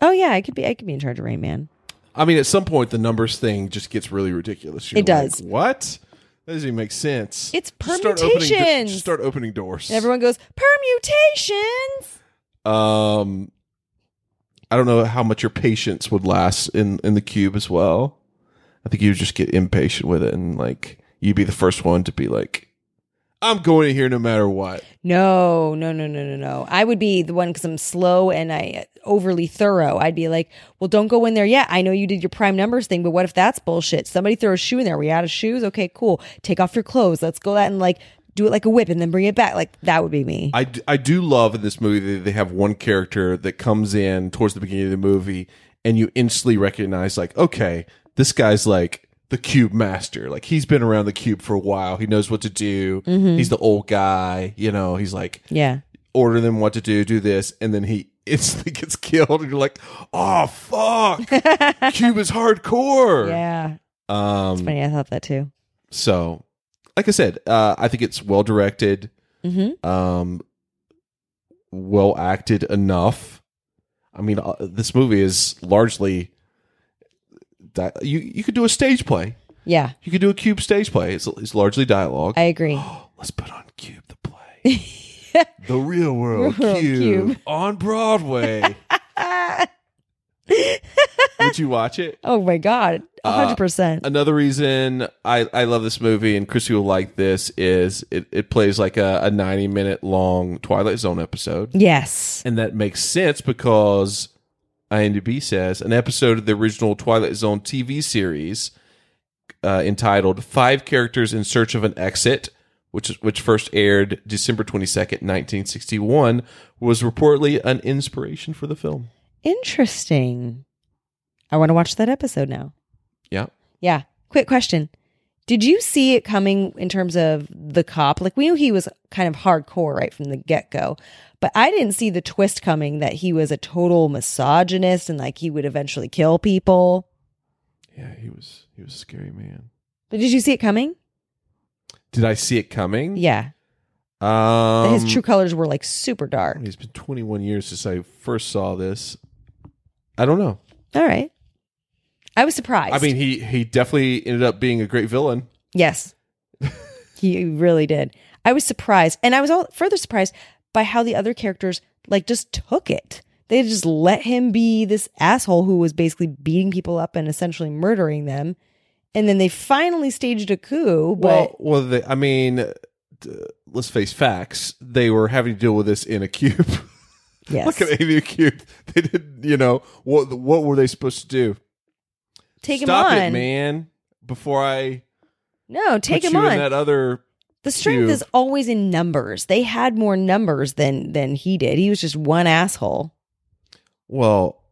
oh yeah, I could be. I could be in charge of Rain Man. I mean, at some point, the numbers thing just gets really ridiculous. It does. like, what? That doesn't even make sense. It's Just start opening do- permutations. just start opening doors. And everyone goes permutations. Um, I don't know how much your patience would last in in the cube as well. I think you would just get impatient with it and like you'd be the first one to be like, "I'm going in here no matter what." No, no, no, no, no, no. I would be the one because I'm slow and I uh, overly thorough. I'd be like, well, don't go in there yet. I know you did your prime numbers thing, but what if that's bullshit? Somebody throw a shoe in there. We out of shoes? Okay, cool. Take off your clothes. Let's go that and like do it like a whip and then bring it back. Like that would be me. I, d- I do love in this movie that they have one character that comes in towards the beginning of the movie and you instantly recognize like okay this guy's like the cube master like he's been around the cube for a while he knows what to do Mhm. he's the old guy you know he's like Yeah. order them what to do do this and then he instantly gets killed and you're like oh fuck cube is hardcore Yeah. um It's funny. I thought that too. so, like I said, uh, I think it's well directed, Mhm. um, well acted enough. I mean, uh, this movie is largely that you you could do a stage play. Yeah. You could do a cube stage play. It's, it's largely dialogue. I agree. Let's put on Cube the play. the real world, Real cube, Cube. on Broadway. Would you watch it? Oh my god. Uh, 100%. Another reason I, I love this movie and Chrissy will like this is it, it plays like a, a 90 minute long Twilight Zone episode. Yes. And that makes sense because IMDb says an episode of the original Twilight Zone TV series uh, entitled Five Characters in Search of an Exit, which, is- which first aired December 22nd, 1961, was reportedly an inspiration for the film. Interesting. I want to watch that episode now. Yeah. Yeah. Quick question. Did you see it coming in terms of the cop? Like we knew he was kind of hardcore right from the get-go, but I didn't see the twist coming that he was a total misogynist and like he would eventually kill people. Yeah, he was he was a scary man. But did you see it coming? Did I see it coming? Yeah. Um, That his true colors were like super dark. It's been 21 years since I first saw this. I don't know. All right. I was surprised. I mean, he he definitely ended up being a great villain. Yes. he really did. I was surprised. And I was all further surprised by how the other characters like just took it. They just let him be this asshole who was basically beating people up and essentially murdering them. And then they finally staged a coup, but well, well, they, I mean, uh, d- let's face facts. They were having to deal with this in a cube. Yes. Look at Alien Cube. They didn't, you know, what what were they supposed to do? take Stop him on. it, man! Before I No, take put him you on. in that other the strength cube. is always in numbers. They had more numbers than than he did. He was just one asshole. Well,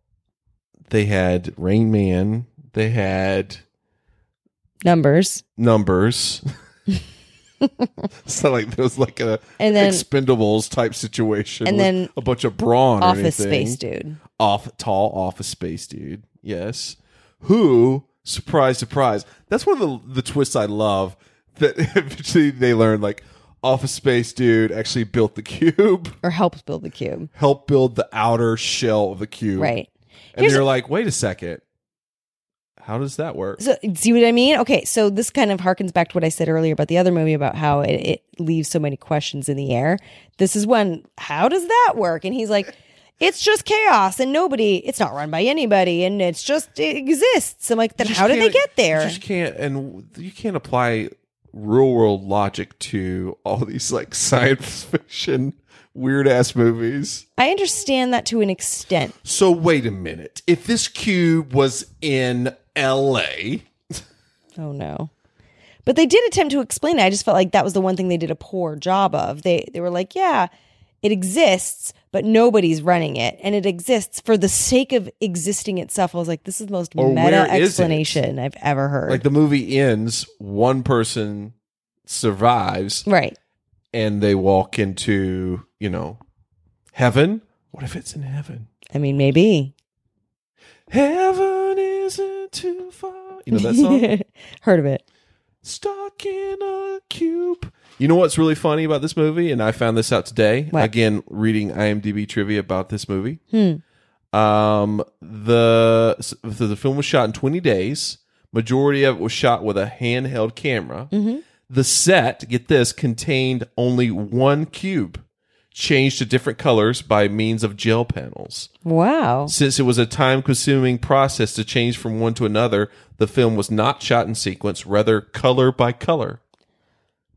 they had Rain Man. They had Numbers. numbers. it's not like there was like a And then- Expendables type situation. and with then a bunch of brawn. or Office anything. Space dude. Off tall office space dude. Yes, who surprise surprise. That's one of the the twists I love. That eventually they learn like office space dude actually built the cube, Or helped build the cube. helped build the outer shell of the cube. Right. And Here's they're a- like, wait a second. How does that work? So see what I mean? Okay, so this kind of harkens back to what I said earlier about the other movie about how it, it leaves so many questions in the air. This is one. How does that work? And he's like, "It's just chaos, and nobody. It's not run by anybody, and it's just it exists." I'm like, "Then You just how did they can't- get there?" You just can't, and you can't apply real world logic to all these like science fiction weird ass movies. I understand that to an extent. So wait a minute. If this cube was in L.A., Oh no. But they did attempt to explain it. I just felt like that was the one thing they did a poor job of. They they were like, yeah, it exists, but nobody's running it, and it exists for the sake of existing itself. I was like, this is the most Or meta where is it? explanation I've ever heard. like the movie ends, one person survives, right. and they walk into you know heaven. What if it's in heaven? I mean, maybe. Heaven isn't too far. You know that song. heard of it. Stuck in a cube. You know what's really funny about this movie, and I found this out today. What? Again, reading IMDb trivia about this movie. Hmm. Um, the s- the the film was shot in 20 days. Majority of it was shot with a handheld camera. Mm-hmm. The set, get this, contained only one cube, changed to different colors by means of gel panels. Wow. Since it was a time consuming process to change from one to another, the film was not shot in sequence, rather color by color.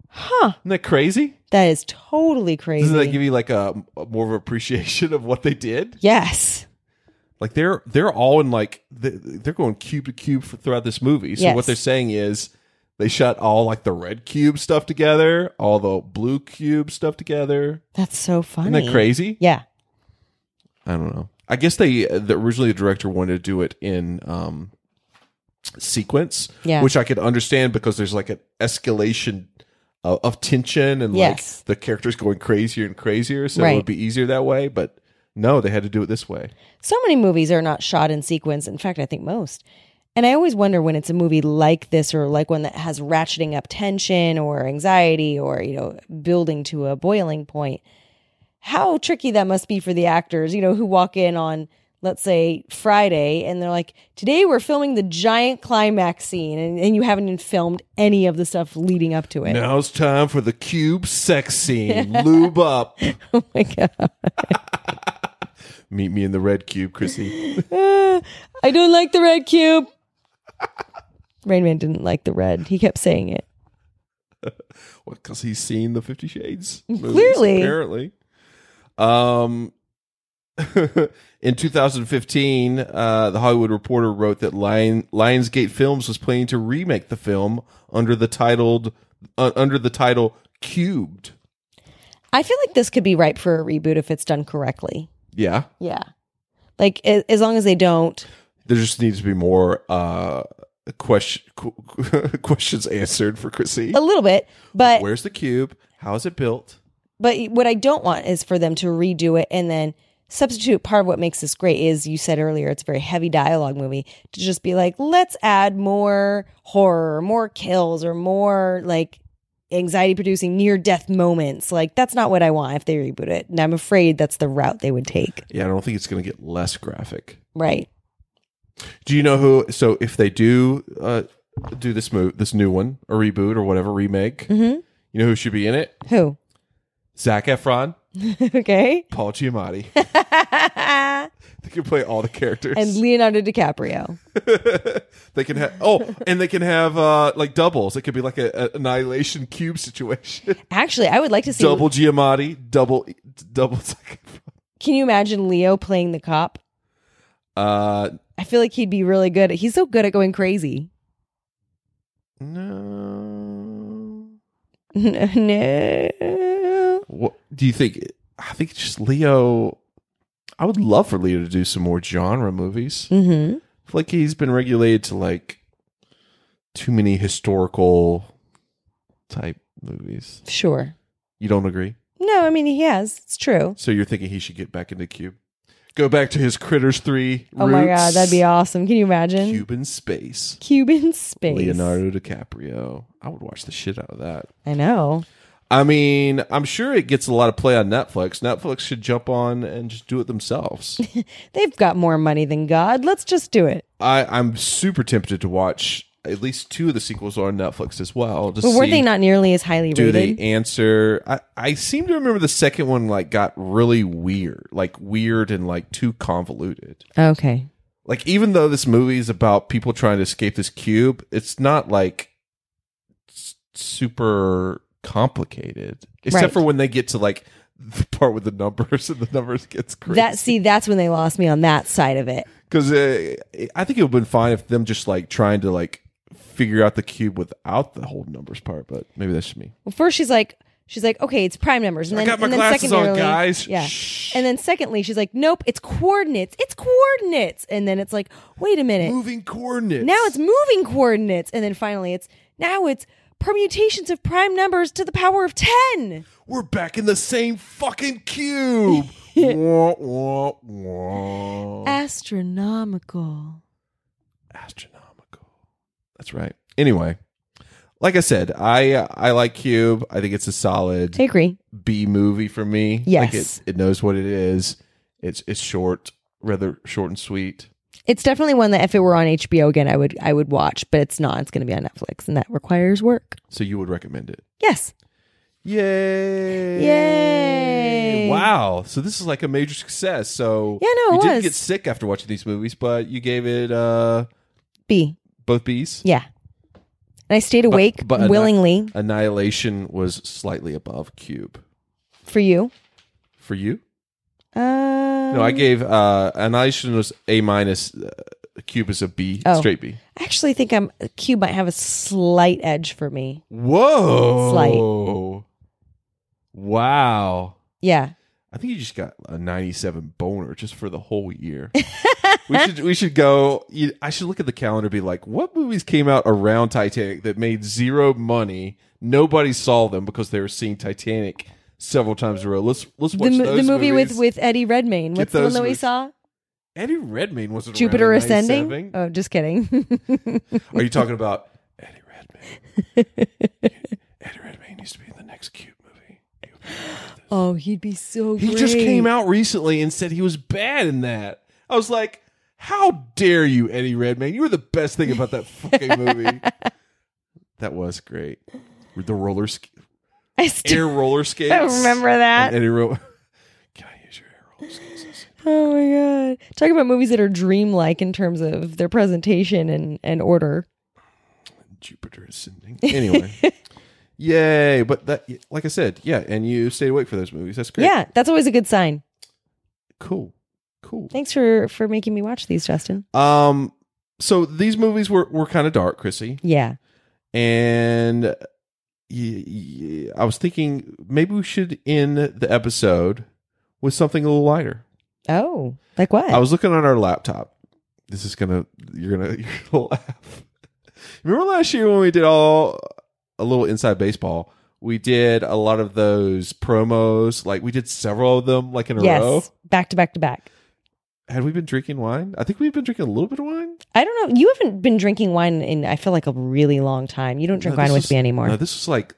Huh. Isn't that crazy? That is totally crazy. Doesn't that give you like a, a more of appreciation of what they did? yes. Like they're they're all in like th- they're going cube to cube for, throughout this movie. So Yes. what they're saying is they shot all like the red cube stuff together, all the blue cube stuff together. That's so funny. Isn't that crazy? Yeah. I don't know. I guess they uh, the, originally the director wanted to do it in um, sequence, Yeah. which I could understand because there's like an escalation of, of tension and Yes. like the characters going crazier and crazier, so Right. it would be easier that way. But no, they had to do it this way. So many movies are not shot in sequence. In fact, I think most. And I always wonder when it's a movie like this or like one that has ratcheting up tension or anxiety or, you know, building to a boiling point, how tricky that must be for the actors, you know, who walk in on, let's say, Friday and they're like, today we're filming the giant climax scene and, and you haven't even filmed any of the stuff leading up to it. Now it's time for the cube sex scene. Lube up. Oh my God. Meet me in the red cube, Chrissy. I don't like the red cube. Rain Man didn't like the red. He kept saying it. because he's seen the Fifty Shades. movies, Clearly. apparently. Um, in 2015, uh, the Hollywood Reporter wrote that Lion, Lionsgate Films was planning to remake the film under the titled uh, under the title Cubed. I feel like this could be ripe for a reboot if it's done correctly. Yeah, Yeah. Like a- as long as they don't there just needs to be more uh, question questions answered for Chrissy. a little bit, but Where's the cube? How is it built? but what I don't want is for them to redo it and then substitute part of what makes this great is you said earlier it's a very heavy dialogue movie to just be like let's add more horror, more kills or more like anxiety producing near death moments. Like that's not what I want if they reboot it. And I'm afraid that's the route they would take. Yeah, I don't think it's going to get less graphic. Right. Do you know who? So if they do uh, do this move, this new one, a reboot or whatever remake, Mhm. you know who should be in it? Who? Zach Efron, okay. Paul Giamatti. they can play all the characters. And Leonardo DiCaprio. they can have oh, and they can have uh, like doubles. It could be like a, a annihilation cube situation. Actually, I would like to see double Giamatti, double double. Zac Efron. Can you imagine Leo playing the cop? Uh, I feel like he'd be really good. at- He's so good at going crazy. No. no. What do you think? I think just Leo. I would love for Leo to do some more genre movies. Mm-hmm. I feel like he's been regulated to like too many historical type movies. Sure. You don't agree? No, I mean, he has. It's true. So you're thinking he should get back into Cube, go back to his Critters Three. Oh my God. roots? That'd be awesome. Can you imagine? Cuban space. Cuban space. Leonardo DiCaprio. I would watch the shit out of that. I know. I mean, I'm sure it gets a lot of play on Netflix. Netflix should jump on and just do it themselves. They've got more money than God. Let's just do it. I, I'm super tempted to watch at least two of the sequels on Netflix as well. to But were see- they not nearly as highly do rated? they answer I, I seem to remember the second one like got really weird like weird and like too convoluted Okay. like even though this movie is about people trying to escape this cube it's not like s- super complicated except Right. for when they get to like the part with the numbers and the numbers gets crazy That see, that's when they lost me on that side of it. because uh, i think it would have been fine if them just like trying to like figure out the cube without the whole numbers part but maybe that's just me Well, first she's like, she's like, okay, it's prime numbers, and I then, got my and then glasses on, secondarily, guys. yeah, and then secondly, she's like, nope, it's coordinates, it's coordinates, and then it's like, wait a minute, moving coordinates Eh. now it's moving coordinates, and then finally it's now it's permutations of prime numbers to the power of ten. We're back in the same fucking cube. wah, wah, wah. Astronomical. Astronomical. That's right. Anyway, like I said, I uh, I like Cube. I think it's a solid I agree. B movie for me. Like Yes. it, it knows what it is. It's it's short, rather short and sweet. It's definitely one that if it were on HBO again, I would I would watch, but it's not. It's going to be on Netflix, and that requires work. So you would recommend it. Yes. Yay. Yay. Wow. So this is like a major success. So Yeah, no, it you was. didn't get sick after watching these movies, but you gave it uh B. both B's. Yeah. And I stayed But- awake but anni- willingly Annihilation was slightly above Cube. for you. For you? Uh, No, I gave uh Annihilation was A minus. Uh, Cube is a B, Oh. straight B. I actually think I'm Q might have a slight edge for me. Whoa! Slight. Wow! Yeah. I think you just got a ninety-seven boner just for the whole year. we should we should go. You, I should look at the calendar. and Be like, what movies came out around Titanic that made zero money? Nobody saw them because they were seeing Titanic several times in a row. Let's let's The, watch mo- those the movie movies. with with Eddie Redmayne. What's the one those that we movies. saw? Eddie Redmayne wasn't Jupiter around in Ascending. 97. Oh, just kidding. Are you talking about Eddie Redmayne? Eddie Redmayne needs to be in the next Cube movie. oh, he'd be so. He just came out recently and said he was bad in that. I was like, how dare you, Eddie Redmayne? You were the best thing about that fucking movie. that was great. The roller sk- I still air roller skates. don't remember that. And Eddie Ro- Can I use your air roller skates? Oh my god! Talk about movies that are dreamlike in terms of their presentation and and order. Jupiter ascending. Anyway, yay! But that, like I said, yeah. And you stayed awake for those movies. That's great. Yeah, that's always a good sign. Cool. Cool. Thanks for for making me watch these, Justin. Um. So these movies were were kind of dark, Chrissy. Yeah. And y- y- I was thinking maybe we should end the episode with something a little lighter. Oh, like what? I was looking on our laptop. This is gonna you're gonna you're gonna laugh. Remember last year when we did all a little inside baseball? We did a lot of those promos. Like we did several of them, like in a row. yes, back to back to back. Had we been drinking wine? I think we've been drinking a little bit of wine. I don't know. You haven't been drinking wine in I feel like a really long time. You don't drink No, wine this with was- me anymore. No, this was like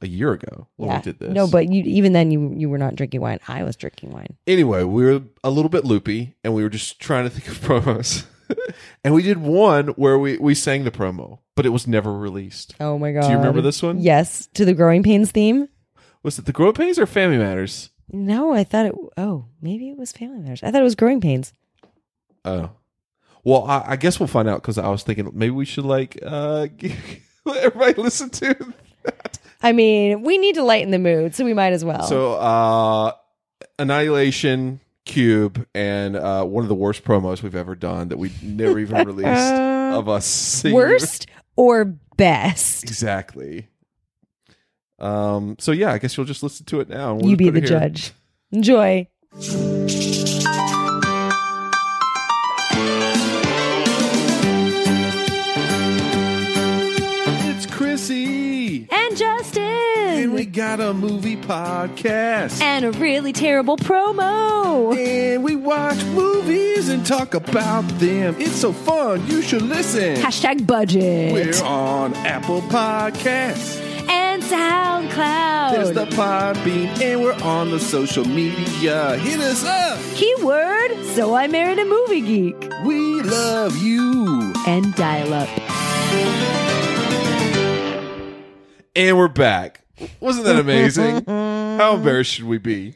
a year ago when we did this. No, but you even then you you were not drinking wine. I was drinking wine. anyway, we were a little bit loopy and we were just trying to think of promos. and we did one where we, we sang the promo, but it was never released. Oh my god. Do you remember this one? Yes, to the growing pains theme. Was it the Grow Pains or Family Matters? No, I thought it. Oh, maybe it was Family Matters. I thought it was Growing Pains. Oh. Well, I, I guess we'll find out because I was thinking maybe we should like uh, let everybody listen to. I mean, we need to lighten the mood, so we might as well. So, uh, Annihilation, Cube, and uh, one of the worst promos we've ever done that we never even released of us. singing. Uh, worst or best? Exactly. Um. So yeah, I guess you'll just listen to it now. and we'll You just be the put it here. judge. Enjoy. It's Chrissy, And Justin. and we got a movie podcast, and a really terrible promo. and we watch movies and talk about them. It's so fun. You should listen. Hashtag budget. We're on Apple Podcasts. and SoundCloud. There's the Podbean, and we're on the social media. Hit us up. Keyword, so I married a movie geek. We love you. And dial up. And we're back. Wasn't that amazing? How embarrassed should we be?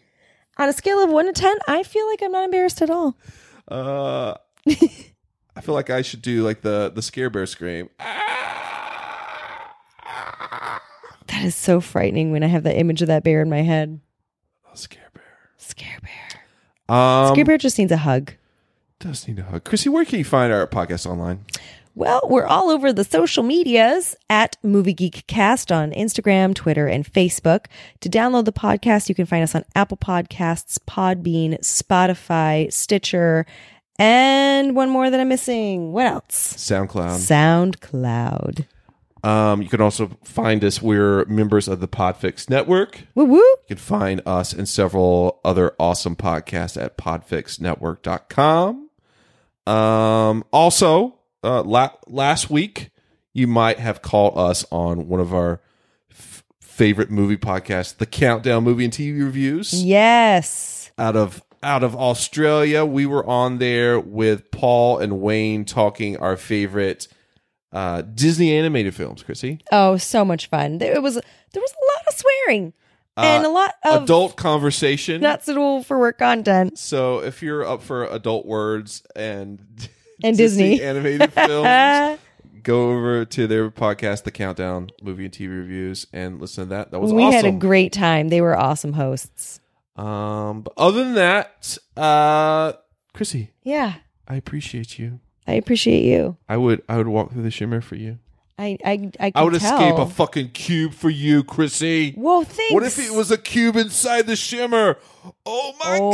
On a scale of 1 to 10, I feel like I'm not embarrassed at all. Uh, I feel like I should do like the the scare bear scream. Ah, That is so frightening when I have the image of that bear in my head. scare bear. Scare bear. Um, scare bear just needs a hug. does need a hug. Chrissy, where can you find our podcast online? Well, we're all over the social medias at Movie Geek Cast on Instagram, Twitter, and Facebook. To download the podcast, you can find us on Apple Podcasts, Podbean, Spotify, Stitcher, and one more that I'm missing. What else? SoundCloud. SoundCloud. Um, you can also find us. We're members of the Podfix Network. Woo woo. You can find us and several other awesome podcasts at podfixnetwork.com. Um, also, uh, la- last week, you might have caught us on one of our f- favorite movie podcasts, the Countdown Movie and TV Reviews. Yes. out of out of Australia. We were on there with Paul and Wayne talking our favorite uh, Disney animated films. Chrissy, Oh, so much fun. There- It was there was a lot of swearing and Uh, a lot of adult conversation. not suitable for work content. so if you're up for adult words and And Disney. animated Uh, films, go over to their podcast, The Countdown Movie and TV Reviews, and listen to that. That was we awesome. had a great time. They were awesome hosts. um, but other than that, uh, Chrissy, Yeah. I appreciate you. I appreciate you. I would I would walk through the shimmer for you. I I I, I could would tell. escape a fucking cube for you, Chrissy. Whoa, thanks. What if it was a cube inside the shimmer? Oh my Oh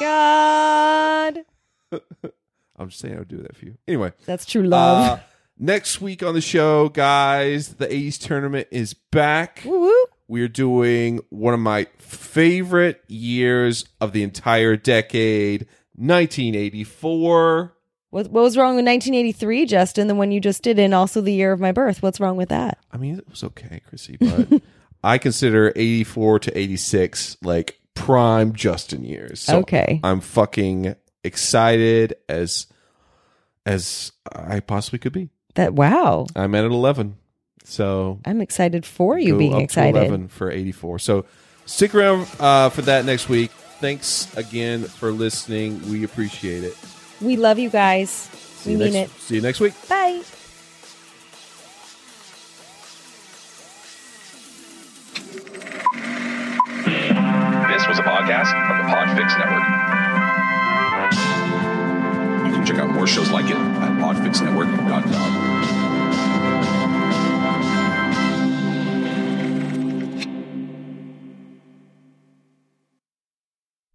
god! my god. I'm just saying I would do that for you. Anyway, That's true love. uh, next week on the show, guys, the A's tournament is back. woo woo. We're doing one of my favorite years of the entire decade, 1984. What, what was wrong with 1983, Justin? The one you just did, and also the year of my birth. What's wrong with that? I mean, it was okay, Chrissy, but I consider 84 to 86 like prime Justin years. So Okay. I'm fucking excited as as I possibly could be. That wow. I'm at an 11. So I'm excited for you go up being to excited. 11 for 84. So stick around uh, for that next week. Thanks again for listening. We appreciate it. We love you guys. you we mean next, it. See you next week. Bye. shows like it at Podfix Network and Dot Dog.